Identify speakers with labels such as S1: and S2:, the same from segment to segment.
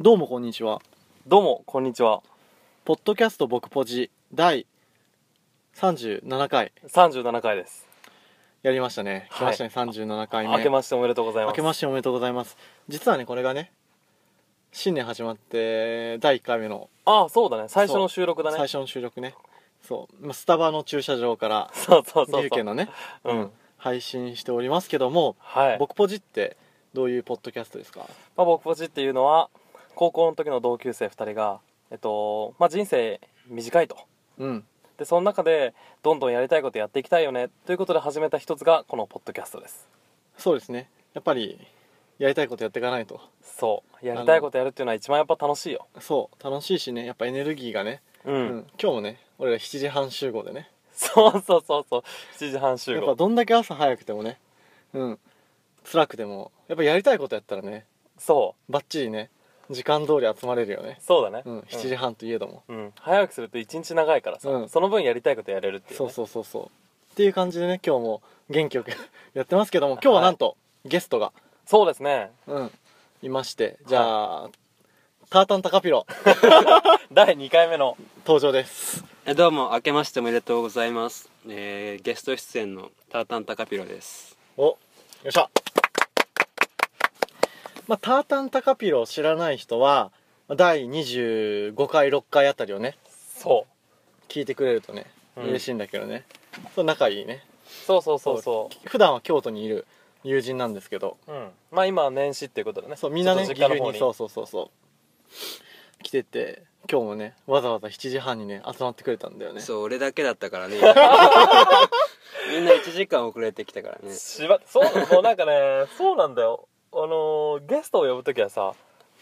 S1: どうもこんにちは。
S2: どうもこんにちは
S1: ポッドキャスト僕ポジ第37回
S2: 37回です
S1: やりましたね。来ましたね、37回目。
S2: 明けましておめでとうございます
S1: 明けましておめでとうございます。実はね、これがね、新年始まって第1回目の
S2: ああそうだね最初の収録だ
S1: 最
S2: ね
S1: 初の収録ね。そう、まあスタバの駐車場から、
S2: そうそうそ
S1: 三
S2: うそ
S1: 重
S2: う
S1: 県のね、
S2: うん、
S1: 配信しておりますけども、
S2: はい僕,、
S1: 僕ポジってどういうポッドキャストですか
S2: まあ、僕ポチっていうのは高校の時の同級生2人がえっとまあ人生短いと
S1: うん。
S2: でその中でどんどんやりたいことやっていきたいよねということで始めた一つがこのポッドキャストです
S1: そうですね。やっぱり、やりたいことやっていかないと。
S2: そうやりたいことやるっていうのは一番やっぱ楽しいよ
S1: そう、楽しいしね、やっぱエネルギーがね、
S2: うん、
S1: うん、今日もね俺ら7時半集合でね
S2: そうそうそうそう7時半集
S1: やっぱ
S2: 合
S1: どんだけ朝早くてもねうん辛くてもやっぱやりたいことやったらね
S2: そ
S1: バッチリね時間通り集まれるよね
S2: うそうだね、
S1: うん7時半といえども、
S2: うん、早くすると一日長いからさ、
S1: うん
S2: その分やりたいことやれるっていう、ね、
S1: そうそうそうそうっていう感じでね今日も元気よく やってますけども今日はなんと、ゲストが
S2: そうですね
S1: うんいましてじゃあ、タータンタカピロ
S2: 第2回目の
S1: 登場です
S3: えどうも明けましておめでとうございます、えーゲスト出演のタータンタカピロです
S1: およっしゃまあ、タータンタカピロを知らない人は第25回6回あたりをね
S2: そ
S1: 聞いてくれるとね、
S2: うん
S1: 嬉しいんだけどねそう仲いいね
S2: うそうそうそうそ
S1: 普段は京都にいる友人なんですけど
S2: う、うん、まあ今は年始っていうことでね
S1: そうみんなね
S2: ちょ
S1: 岐
S2: っと
S1: 阜
S2: 実家の方
S1: に
S2: に
S1: そうそうそうそう来てて今日もねわざわざ7時半にね集まってくれたんだよね
S3: そう俺だけだっ たからねみんな1時間遅れてきたからね
S2: しばそうなのもうなんかねそうなんだよあのーゲストを呼ぶ時はさ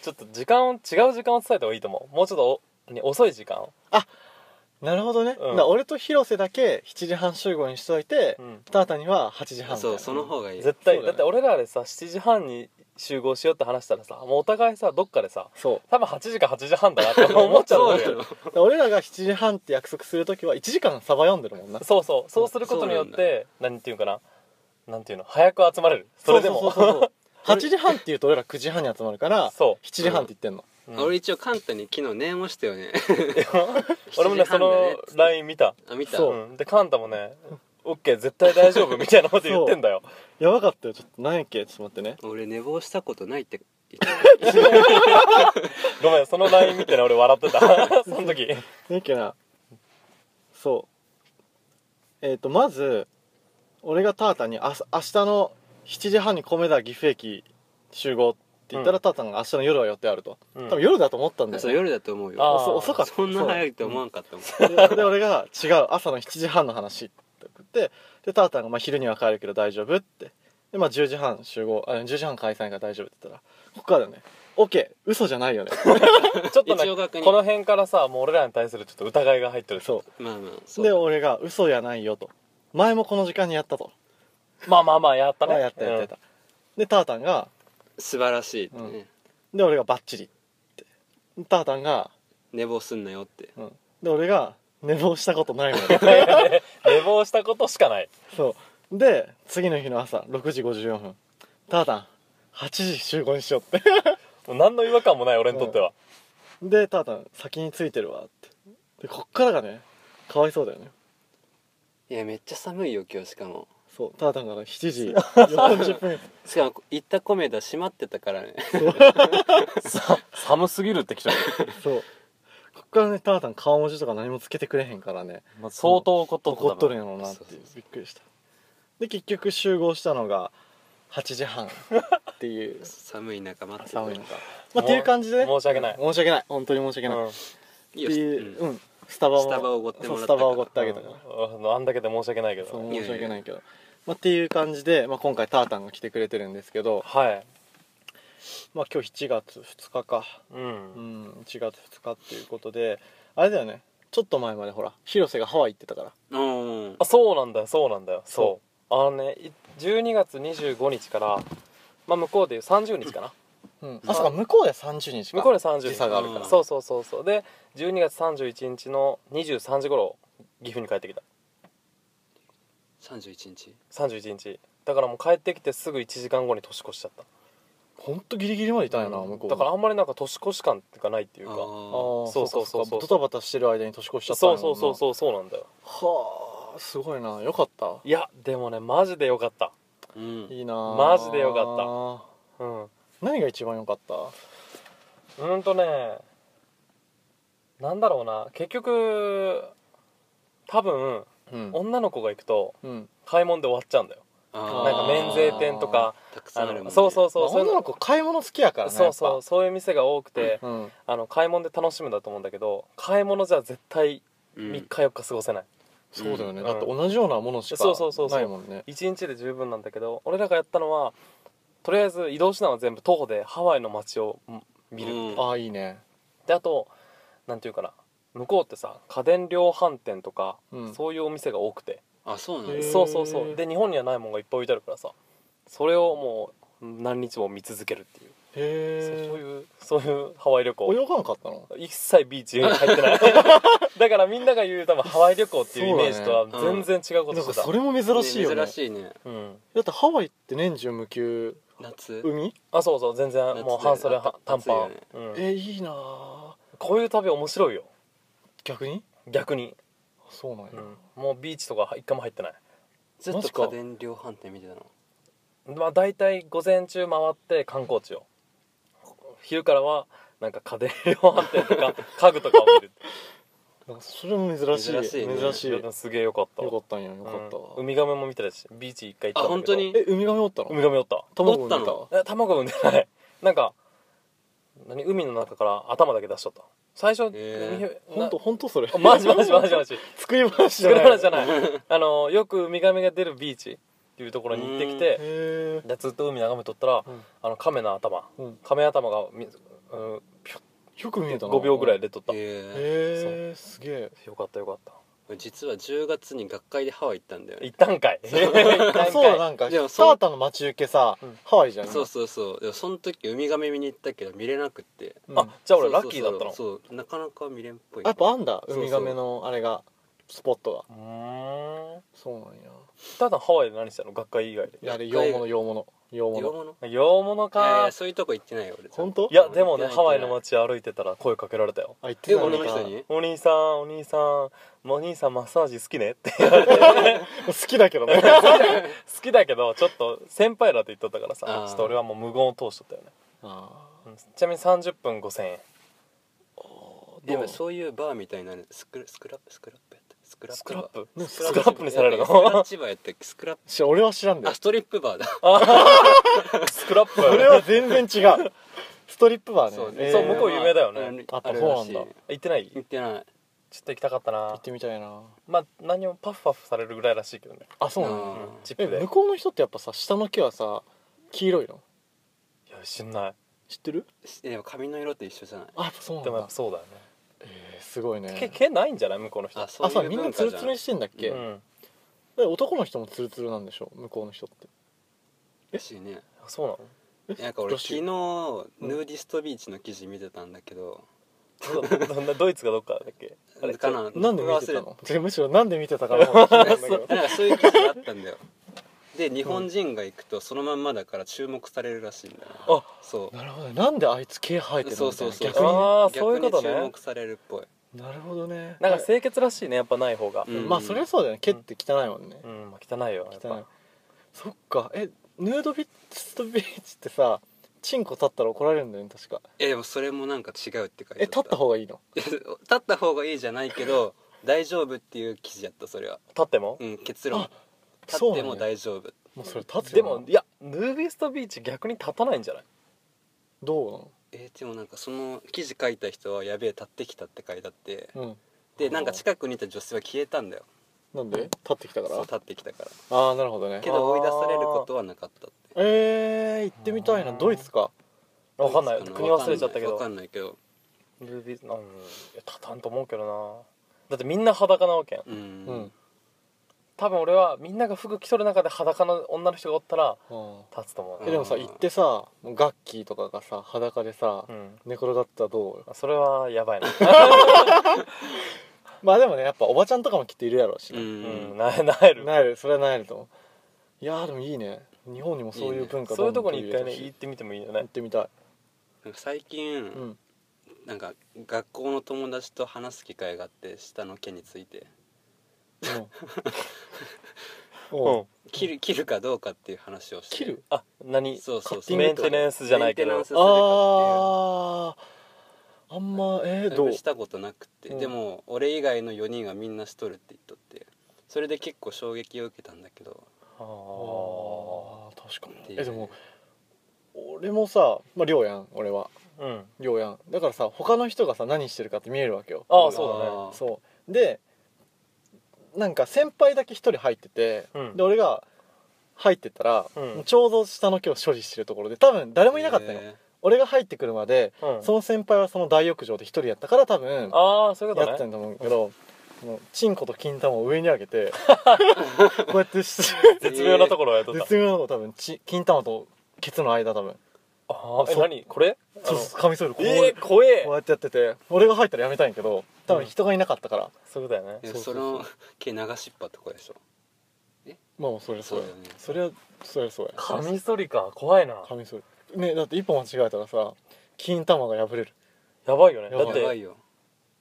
S2: ちょっと時間を違う時間を伝えた方がいいと思うもうちょっとおに遅い時間を
S1: なるほどね、
S2: うん
S1: だから俺と広瀬だけ7時半集合にしといて、
S2: うん
S1: タータンには8時半みたい
S3: そ
S1: な
S3: うその方がいい
S2: 絶対
S1: そうだ
S2: だ,、
S1: ね
S2: って俺らでさ7時半に集合しようって話したらさもうお互いさどっかでさ
S1: そう
S2: 多分8時か8時半だなって思っちゃうんだ
S3: そ
S2: よ
S3: うよ
S1: だから俺らが7時半って約束する時は1時間サバ読んでるもんな
S2: そうそうそうすることによって何ていうかななんていうの早く集まれるそれでも
S1: うそうそうそう8時半って言うと俺ら9時半に集まるから
S2: そ
S1: 7時半って言ってんの、
S2: う、
S3: 俺一応カンタに昨日念をしたよね
S2: 俺もね
S3: 7時
S2: そ
S3: 半だね
S2: の LINE 見た
S3: あ見た
S1: そう
S2: うんでカンタもね「オッケー絶対大丈夫」みたいなこと言ってんだよ
S1: やばかったよちょっと何やっけちょっと待ってね
S3: 俺寝坊したことないって言って
S2: ごめんその LINE 見てね俺笑ってた その時
S1: 何やっけなそうえっ、とまず俺がタータンにあ「明日の7時半に米田岐阜駅集合」って言ったら、
S2: う
S1: タータンが「明日の夜は予定あると」
S2: うん
S1: 多分夜だと思ったん だ
S3: た
S1: よ
S3: そう
S1: ね、
S3: 夜だと思う
S2: あ
S3: よ
S2: ー
S1: 遅遅かった
S3: そんな早いと思わんかったもん
S1: でで俺が「違う朝の7時半の話」って送ってでタータンが、まあ「昼には帰るけど大丈夫」ってで、まあ、10時半集合あ10時半解散やから大丈夫って言ったらここからだよね「OK 嘘じゃないよね」
S2: ちょっと
S3: 一応確
S2: ね
S3: 認
S2: この辺からさもう俺らに対するちょっと疑いが入ってる
S1: そ
S3: まあまあ そう
S1: で俺が「嘘じゃないよ」と「前もこの時間にやった」と
S2: まあまあまあや
S1: 「
S2: った
S1: あ
S2: ね
S1: やったやったやった」でタータンが
S3: 素晴らしいってね、
S1: うんで俺が「バッチリ」ってタータンが、
S3: 寝坊すんなよって
S1: うん、で俺が「寝坊したことないもん」
S2: う ん寝坊したことしかない
S1: そうで次の日の朝6時54分タータン8時集合にしようって
S2: もう何の違和感もない俺にとっては
S1: でタータン先についてるわってでこっからがねかわいそうだよね
S3: いやめっちゃ寒いよ今日しかも
S1: そうタータンが7時40分
S3: しかも行った米田閉まってたからね
S2: さ寒すぎるってきち ゃ
S1: そうこっからねタータン顔文字とか何もつけてくれへんからね
S2: う相当怒っとった
S1: 怒っとるん
S2: よ
S1: やろうなって
S3: そう
S1: い
S3: そううそ
S1: びっくりしたで結局集合したのが8時半っていう
S3: 寒い中待ってた
S1: 寒い中まあっていう感じでね
S2: 申し訳ない
S1: 申し訳ない本当に申し訳ない、っ
S3: い
S1: て
S3: いよ
S1: いうう
S3: う
S1: んんスタバも
S3: スタバをおごってもら
S1: そう
S3: ったから
S1: スタバをおごってあげたから、
S2: うんあんだけで申し訳ないけど
S1: そう
S2: ね
S3: いやいや
S1: 申し訳ないけどまあ、っていう感じで、まあ、今回タータンが来てくれてるんですけど、
S2: はい
S1: まあ、今日7月2日か
S2: う
S1: うんん1月2日っていうことであれだよねちょっと前までほら広瀬がハワイ行ってたから
S3: うん
S2: あそうなんだよそうなんだよそうあのねい12月25日からまあ向こうでいう30日かな
S1: うんあそうか向こうで30日か
S2: 向こうで30日
S1: 時差があるから
S2: そうそうそうそうで12月31日の23時頃岐阜に帰ってきた
S3: 31日
S2: 31日だからもう帰ってきてすぐ1時間後に年越しちゃった
S1: ほんとギリギリまでいたんやな向こう
S2: だからあんまりなんか年越し感っていうかないっていう
S3: あ
S2: か
S1: あ
S3: ー
S1: ー
S2: そうそうそうそう
S1: かかドタバタしてる間に年越しちゃったん
S2: そ
S1: や
S2: うそうそう
S1: う
S2: そうそうなんだよ
S1: はあすごいなよかった
S2: いやでもねマジでよかった
S3: うん
S1: いいなあ
S2: マジでよかうんう
S1: 何が一番良かった
S2: ーんとねなんだろうな結局多分
S1: うん
S2: 女の子が行くと
S1: うん
S2: 買い物で終わっちゃうんだよ
S3: あー
S2: なんか免税店とか
S3: たくさ
S2: あ
S3: んあるもん、
S2: の
S3: ね、
S2: そうそううそう
S1: まあ
S2: そういう
S1: 女
S2: の
S1: の子買い物好きやからね
S2: そうそうそういう店が多くて
S1: やっぱうん
S2: あの買い物で楽しむんだと思うんだけど買い物じゃ絶対
S3: うん、
S2: 3日4日過ごせない、
S1: そうだよね
S2: うん
S1: だって同じようなものしか
S2: そうそうそうそう
S1: ないもんね
S2: 1日で十分なんだけど俺らがやったのはとりあえず移動手段は全部徒歩でハワイの街をうん見る、
S3: うん
S1: ああいいね
S2: であとなんていうかな向こうってさ家電量販店とか、
S1: うん
S2: そういうお店が多くて
S3: あそうなん
S1: へ
S3: だ
S1: ー
S2: そうそうそうで日本にはないものがいっぱい置いてあるからさそれをもう何日も見続けるっていう、
S1: へ
S2: そう
S1: え
S2: いうそういうハワイ旅行
S1: 泳がなかったの
S2: 一切ビーチに入ってない だからみんなが言う多分ハワイ旅行っていうイメージとは
S3: そうだね
S2: 全然違うこと
S1: なん
S2: して
S1: か
S2: た
S1: それも珍しいよね
S3: 珍しいね
S2: うん
S1: だってハワイって年中無休
S3: 夏
S1: 海
S2: あそうそう全然
S3: 夏
S2: もう半袖
S3: あた
S2: は短パン、
S3: 暑
S2: うん、
S1: えいいなあ
S2: こういう旅面白いよ
S1: 逆に
S2: 逆に、
S1: そうなんや
S2: うん、もうビーチとか一回も入ってない
S3: ずっ
S1: マジ
S3: と
S1: か
S3: 家電量販店見てたの
S2: まあ大体午前中回って観光地を昼からはなんか家電量販店 とか家具とかを見る
S1: なんかそれも珍しい
S3: 珍しいね
S1: 珍 しい
S2: でもすげえよかったわ
S1: よかったんやよかった
S2: うん
S1: わ
S2: ウミガメも見てたしビーチ一回行ったんだけど
S3: あ本当に
S1: えウミガメおった
S2: ウ
S1: の
S2: ミガメおった
S1: 卵産ん
S3: おっ
S1: でた
S3: たの
S2: え卵産んでない なんか何海の中から頭だけ出しとった最初、
S3: え
S2: 海
S1: ほんとほんとそれ
S2: なマジマジマジマジ
S1: 作り話じゃ
S2: 作
S1: ない
S2: られじゃないあのよくウミガメが出るビーチっていうところに行ってきて
S1: へえ
S2: でずっと海眺めとったら、
S1: うん
S2: あの亀の頭
S1: うん
S2: 亀頭がみ、うん、ピュッ
S1: よく見えたな
S2: 5秒ぐらい
S1: で
S2: 出とった、
S3: え
S1: へえすげえ
S2: よかったよかった
S3: 実は10月に学会でハワイ行ったんだよね
S2: 行ったんかい行ったんかい
S1: そうだなんかスタ
S3: でもそう
S1: ータの待ち受けさ
S2: うん
S1: ハワイじゃん
S3: そうそうそうでもその時ウミガメ見に行ったけど見れなくって
S1: うん
S2: あじゃあ俺ラッキーだったの
S3: そうそうそうなかなか見れんっぽい
S1: やっぱあんだ
S3: そ
S1: ウ
S3: うそう
S1: ミガメのあれがスポットが
S2: うーん
S1: そうなんや
S2: ただハワイで何したの学会以外で
S1: いやあれ
S3: 一回
S1: 洋物洋物洋
S3: 洋
S1: 物
S3: 物
S2: 洋物
S3: いやい
S2: か
S3: やそういうとこ行ってないよ俺
S1: 本当
S2: いやでもね
S3: 行ってない
S2: ハワイの街歩いてたら声かけられたよ
S1: あ言って
S3: え
S1: た
S3: 女
S1: の
S3: の人に
S2: 「お兄さんお兄さんお兄さんマッサージ好きね」って
S1: 好きだけどね
S2: 好きだけどちょっと先輩らと言っとったからさ
S3: あー
S2: ちょっと俺はもう無言を通しとったよね、
S1: あ
S2: うんちなみに30分5000円
S3: でもそういうバーみたいなのスクラスクラップスクラップやったスクラッ
S2: スクラップ
S1: ー
S2: スクラップにされるの
S3: スクラッチバーやったっけスクラップ
S1: し俺は知らんだ
S3: あ
S1: よ
S3: ストリップバーだ
S2: スクラップ
S1: それは全然違う ストリップバーね
S2: そう
S1: えー
S2: 向こう有名だよね
S3: うん
S1: あった
S3: あるらし
S1: そ
S3: い
S1: うなんだ
S2: 行ってない
S3: 行ってない
S2: ちょっと行きたかった
S1: 行
S2: な
S1: ってみたいな
S2: まあ何もパフパフされるぐらいらしいけどね
S1: あそうな
S3: うん
S1: の
S2: うんチッ
S1: え
S2: プで
S1: 向こうの人ってやっぱさ下の毛はさ黄色いの
S2: いや知んない
S1: 知ってる
S3: えでも髪の色って一緒じゃない
S1: あやっぱそうなん
S2: でもやっ
S1: だ
S2: ぱそうだよ
S1: えーすごい
S2: ね
S1: ね
S2: 毛毛ないんじゃない向こうの人
S3: あ
S1: あ
S3: そ
S1: そうう
S3: いう
S1: みんな
S3: 文
S1: ツ
S3: 化
S1: ル
S3: じゃ
S1: ツ
S3: ん
S1: ルにしてんだっけ
S2: う
S1: だか
S2: ん
S1: ら男の人もツルツルなんでしょ向こうの人って
S3: らしいね
S2: あそうなの
S3: なんか俺
S1: どう
S3: 昨
S1: し
S3: 日
S1: よ
S3: ヌ
S1: う
S3: ー
S1: うん
S3: ディストビーチの記事見てたんだけど、
S2: どどんなドイツがどっかだっけあれ
S3: かな
S1: なんで見てた
S3: 忘れ
S1: ので むしろなんで見てたかも知らないんだ けど
S3: なんかそういう記事があったんだよで日本人が行くとそのまんまだから注目されるらしいんだよね
S2: あ
S3: そう
S1: なるほどねなんであいつ毛生えてるの
S3: そう
S1: みた
S3: そ
S1: いうな
S3: そ
S1: 逆
S3: う
S1: にね
S2: あー
S3: 逆
S2: そういうことね
S3: に注目されるっぽい
S1: なるほどね
S2: なんか清潔らしいねやっぱない方が
S3: う
S2: うんん
S1: まあそれはそうだよね毛って汚いもんね
S2: まあ汚いよやっぱ
S1: 汚いそっかえヌードビッストビーチってさチンコ立ったら怒られるんだよね確か
S3: えでもそれもなんか違うって書いてあ
S1: え立った方がいいの
S3: 立った方がいいじゃないけど大丈夫っていう記事やったそれは
S2: 立っても
S3: うん結論
S1: あ
S3: 立って
S1: な
S3: も
S1: んや
S3: 大丈夫
S1: もうそれ立つ
S2: で
S1: よな
S2: もいやヌービストビーチ逆に立たないんじゃない
S1: ど
S3: えーでもなんかその記事書いた人はやべえ立ってきたって書いてあって
S1: うなの
S3: でなんか近くにいた女性は消えたんだよ
S1: うんなんで立ってきたか
S3: そう
S1: ら
S3: 立ってきたから
S1: ああなるほどね
S3: けど追い出されることはなかったって
S1: えー、行ってみたいな
S2: うん
S1: ドイツか
S2: わかんない
S3: どうです
S2: 国忘れちゃったけ
S3: わか
S2: ど
S3: んないけど
S2: ヌービスうんいや立たんと思うけどなだってみんな裸なわけやん
S3: うん、
S1: うん
S2: 多分俺はみんなが服着とる中で裸の女の人がおったら
S1: うん
S2: 立つと思う
S1: え
S2: ね
S1: でもさ行ってさもうガッキーとかがさ裸でさ
S2: うん
S1: 寝転がったらどうよ
S2: それはやばいな
S1: まあでもねやっぱおばちゃんとかもきっといるやろうし
S3: う
S1: ね
S2: うん
S3: ん
S2: なえなえる
S1: なえるそれはなえると思ういやーでもいいね日本にもそういう文化
S2: そういうとこ
S1: どん
S2: に
S1: どん取り入れ
S2: 一回ね
S1: てほしい
S2: 行ってみてもいいよ
S1: 行
S2: ね
S1: ってみたい
S3: なんか最近、
S1: うん
S3: なんか学校の友達と話す機会があって下の毛について
S1: うん
S2: うん
S3: 切る切るかどうかっていう話をして
S1: 切る
S2: あ何
S3: そうそうそう
S2: メンテナンスじゃないけど
S3: メンテナンスするかっ
S1: あーあんまえ
S3: て
S1: ー、
S3: いう
S1: どう
S3: したことなくて、
S1: うん
S3: でも俺以外の4人がみんなしとるって言っとってそれで結構衝撃を受けたんだけど
S2: あー
S1: あー確か
S3: ってい
S1: に
S3: う
S1: えでも俺もさまあ寮やん俺は
S2: うん
S1: 寮やんだからさ他の人がさ何してるかって見えるわけよ
S2: ああそうだね
S3: あー
S1: そうでなんか先輩だけ一人入ってて、
S2: うん
S1: で俺が入ってったら、
S2: うん
S1: もうちょうど下の毛を所持してるところで多分誰もいなかったよ、
S3: へ
S1: 俺が入ってくるまで、
S2: うん
S1: その先輩はその大浴場で一人やったから多分
S2: ああそういうこ
S1: やって
S2: と
S1: た
S2: ね
S1: んだと思うけど、もうチンコと金玉を上に上げ てこうやってし
S2: 絶妙なところをやっとった
S1: 絶妙なの多分ち金玉とケツの間多分
S2: ああえ
S1: そう
S2: 何これあの
S1: そうそうカミソリでこう
S2: えー怖え
S1: こうやってやってて俺が入ったらやめたいんやけど多分人がいなかったから、
S2: そういうことだよ
S3: え
S2: ね
S3: でも
S1: そ
S3: そう
S1: そうそう
S3: の毛流しっぱってことでしょ
S1: まあそりゃそうや
S3: そうだよね
S1: そりゃそりゃそうや
S2: カミソリか怖いな
S1: カミソリねだって一歩間違えたらさ金玉が破れる
S2: やばいよね
S1: や
S2: だ
S1: ばい
S2: っ
S3: やば
S2: て
S3: いよ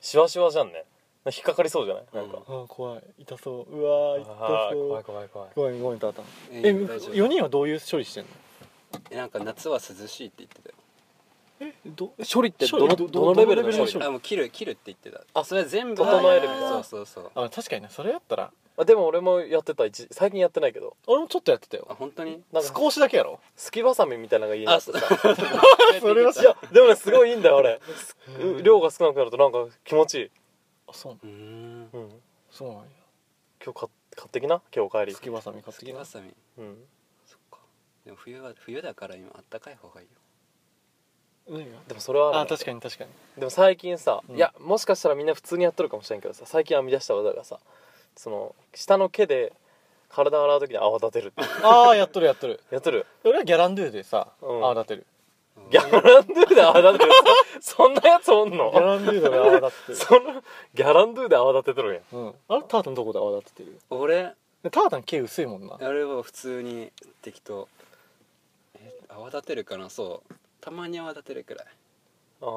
S2: シワシワじゃんね引っかかりそうじゃないなんか
S3: うん
S1: ああ怖い痛そううわー痛
S2: あー
S1: そう
S2: 怖い怖い怖い
S1: ごめんごめんタータン
S3: え
S1: え
S3: 大丈
S1: 4
S3: 夫
S1: 人はどういう処理してんの
S3: えなんか夏は涼しいって言ってたよ
S1: えど
S2: 処理ってど
S1: 処
S2: の
S1: 理
S2: どのレベルの
S1: どのレベル
S2: 処
S1: の
S2: 理
S1: 処理
S3: あもう切る切るって言ってたあそれ全部
S2: 整えるみたいな
S3: そうそうそう
S1: あ確かにねそれやったら
S2: あでも俺もやってた一最近やってないけど
S1: 俺もちょっとやってた
S3: あ
S1: よ
S3: 本当に
S2: なんか
S1: 少しだけやろ
S2: すきばさみみたいなのが家にあってさ
S1: それはし
S2: いやでもねすごいいいんだよ俺す量が少なくなるとなんか気持ちいい、
S1: あそう
S3: うーん
S2: うん、
S1: そうなんや
S2: 今日買買ってきな今日お帰り
S1: すきばさみ買って
S3: す
S1: き
S3: き
S1: な
S3: ばさみ
S2: うん
S3: そっかでも冬は冬だから今あったかい方がいいよ
S1: 何が
S2: でもそれは
S1: あ確
S2: か
S1: かに確かに
S2: にでも最近さ、
S1: うん
S2: いやもしかしたらみんな普通にやっとるかもしれんけどさ最近編み出した技がさその下の毛で体洗う時に泡立てるっていう
S1: ああやっとるやっとる
S2: やっとる
S1: 俺はギャランドゥでさ
S2: うん
S1: 泡立てる
S3: うん
S2: ギャランドゥで泡立てるそそんなやつおん
S1: ギャ
S2: の
S1: ランドゥで泡立てて
S2: そのギャランドゥで泡立てとるんや
S1: るうんあれタータンどこで泡立ててる
S3: 俺
S1: でタータン毛薄いもんな
S3: あれは普通に適当え泡立てるかなそうたまに泡立てるくらい
S2: ああ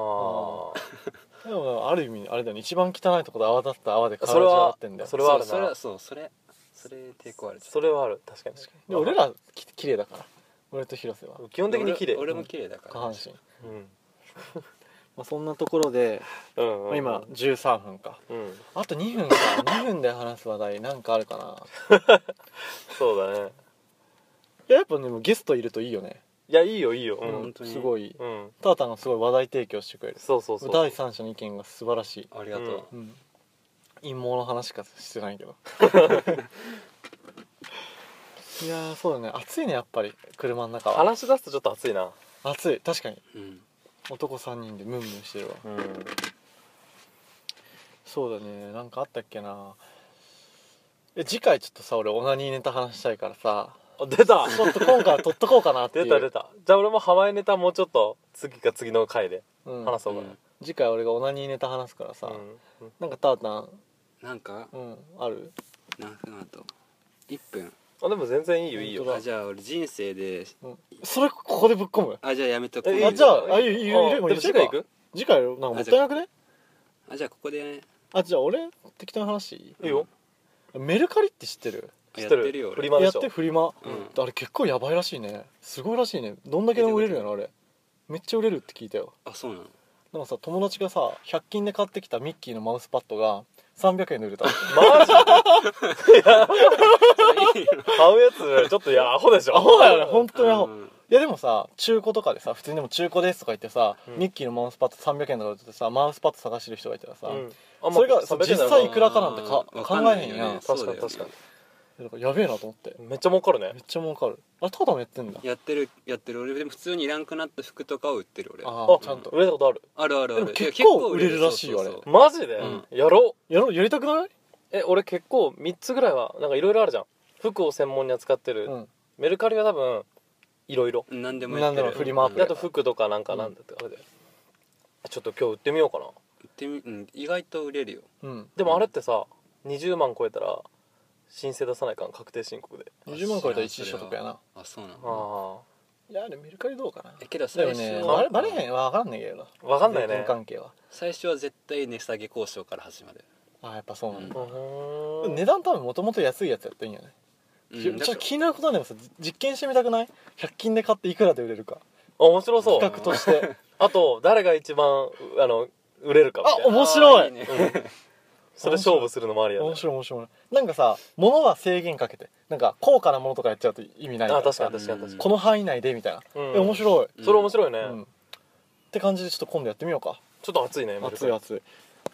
S1: でもある意味あれだよね一番汚いところで泡立った泡で体
S2: それ
S1: 中
S2: は
S1: 洗ってんだよ
S2: それはあるな
S3: そうそれはそうそれそれ抵抗あるじゃん
S2: それはある確かに
S1: で俺らき綺麗だから俺と広瀬は
S2: 基本的に綺麗
S3: 俺俺も綺麗だから
S1: 下半身、
S2: うん
S1: まあ、そんなところで、
S2: うん
S1: ま
S2: う
S1: あ、
S2: ん
S1: 今13分か
S2: うん
S1: あと2分か2分で話す話題なんかあるかない
S2: そうだね
S1: ややっぱねでもゲストいるといいよね
S2: いやいいよいいよう
S3: 本
S2: ん
S3: 当に
S1: すごい
S2: うん
S1: タータンがすごい話題提供してくれる
S2: そうそうそう
S1: 第三者の意見が素晴らしい、
S3: ありがとう、
S1: うん、陰謀の話しかしてない けどいやーそうだね暑いねやっぱり車の中は
S2: 話し出すとちょっと熱いな
S1: 暑い確かに
S3: うん、
S1: 男3人でムンムンしてるわ
S2: うん
S1: そうだねなんかあったっけなえ次回ちょっとさ俺オナニーネタ話したいからさ
S2: あ出た
S1: ちょっと今回は取っとこうかなっていう
S2: 出た出たじゃあ俺もハワイネタもうちょっと次か次の回で
S1: うん
S2: 話そうか
S3: うん
S1: 次回俺がオナニーネタ話すからさ、
S2: なうんうん
S1: なんかタータン
S3: なんか
S1: うんある
S3: 何分あと1分
S2: あでも全然いいよいい
S1: 本当だ
S2: よ
S3: あじゃあ俺人生で
S1: うんそれここでぶっ込む
S3: あじゃあやめとこ
S2: え
S3: う
S2: いい
S1: あじゃああいいよいいよいいよ
S2: あ
S1: もう
S2: で
S1: いいよ
S2: も次回行く
S1: 次回なんかもったいなくね
S3: あじゃあここで
S1: あじゃあ俺適当な話い
S2: いいよ
S1: いメルカリって知ってる
S2: 知
S3: や
S2: っ
S3: ってて
S2: る
S3: るよ俺
S2: フリマ
S1: や
S2: で
S1: っ
S2: しょ
S1: てフリマ、
S3: う
S1: あれ結構やばいらしいねすごいらしいねどんだけでも売れるんやろあれめっちゃ売れるって聞いたよ
S3: あそうな
S1: な
S3: の
S1: んかさ友達がさ100均で買ってきたミッキーのマウスパッドが300円で売れた
S2: マジ
S3: それいいの
S2: 買うやつちょっといやアホでしょアホ
S1: だよね本当にアホ
S3: うん
S1: いやでもさ中古とかでさ普通にでも中古ですとか言ってさ、
S2: うん
S1: ミッキーのマウスパッド300円とか売っててさマウスパッド探してる人がいたらさ、
S2: あ
S1: それが
S2: 300
S1: 実
S2: 円だろ
S1: 際いくらかなんてか
S3: うん
S1: 考えへんやん
S3: わかな
S2: 確
S3: いよね
S2: か
S3: そ
S2: に
S3: うだよね
S2: 確かに
S1: だからやべえなと思って
S2: めっちゃ儲かるね
S1: めっちゃ儲かるあれただもやってんだ
S3: やってるやってる俺でも普通にいらんくなった服とかを売ってる俺
S1: あ
S2: あ
S1: ちゃんと
S2: 売れたことある
S3: あるあるあ
S1: でも
S3: る
S1: 結構
S3: いや
S1: 売れるらしいよ
S3: そうそうそう
S2: マジで
S3: うん
S2: やろう
S1: やろやりたくない
S2: え俺結構3つぐらいはなんかいろいろあるじゃん服を専門に扱ってる
S1: うん
S2: メルカリは多分いろいろ
S3: 何でもやって
S1: 何
S3: る
S1: でもフリマアプリ
S2: あと服とかなんかなんだってあれでちょっと今日売ってみようかな
S3: うん売ってみうん意外と売れるよ
S1: うん
S2: でもあれってさ20万超えたら申請出さないかん確定申告で
S1: 20万超えたら一時所得やな
S3: あそうなの
S2: あ
S1: いやでもメルカリどうかな
S3: えけど
S1: で
S3: 最
S1: も
S3: 初
S1: ね
S3: は
S1: バレバレへんわ分かんないけどな
S2: あわかんない
S1: 税
S2: ね
S1: 金関係は
S3: 最初は絶対値下げ交渉から始まる、
S1: あやっぱそうなんだ
S2: う、ーん
S1: 値段多分もともと安いやつやったらいいんやね、
S3: うん
S1: ちょちょっと気になることなんでもさじ実験してみたくない ?100 均で買っていくらで売れるか
S2: あ面白そ
S1: 比
S3: うん
S1: 較
S2: う
S1: として
S2: あと誰が一番うあの売れるかみたい
S1: あ
S2: な
S1: お面白い
S3: あーね
S2: それ勝負するのもありやね
S1: 面白い面白いなんかさ物は制限かけてなんか高価なものとかやっちゃうと意味ない
S2: あ確
S1: さ
S2: かに確かに確か
S1: この範囲内でみたいな、
S2: に
S1: え面
S2: い
S1: 白い、
S3: うん
S2: それ面白いね
S1: うんって感じでちょっと今度やってみようか
S2: ちょっと熱いねメルカリ
S1: 熱い熱いっ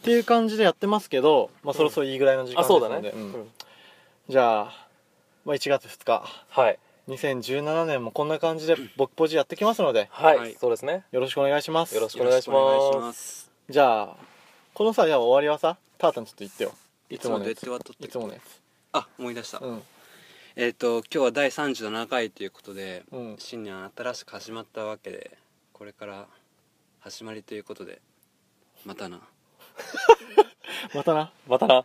S1: ていう感じでやってますけど、まあ、そろそろいいぐらいの時間
S2: あ
S1: ですの
S2: そう
S1: で、
S2: だね
S1: ん
S2: うん
S1: じゃあ、まあ、1月2日
S2: はい
S1: 2017年もこんな感じで僕ポジやってきますので
S2: は
S3: はい
S2: いそうですね
S1: よろしくお願いします
S2: よろしく
S3: よろしくお願いします
S1: じゃあこのさじゃあ終わりはさタータンちょっと言ってよい
S3: い
S1: つ
S3: つ
S1: も
S3: も
S1: の
S3: ど
S1: や
S3: うやっ
S1: つ
S3: て終わっとった
S1: いつものやつ
S3: あ思い出した、
S1: うん
S3: えっ、と今日は第37回ということで、
S1: うん
S3: 新年新しく始まったわけでこれから始まりということでまたな
S1: またな
S2: またな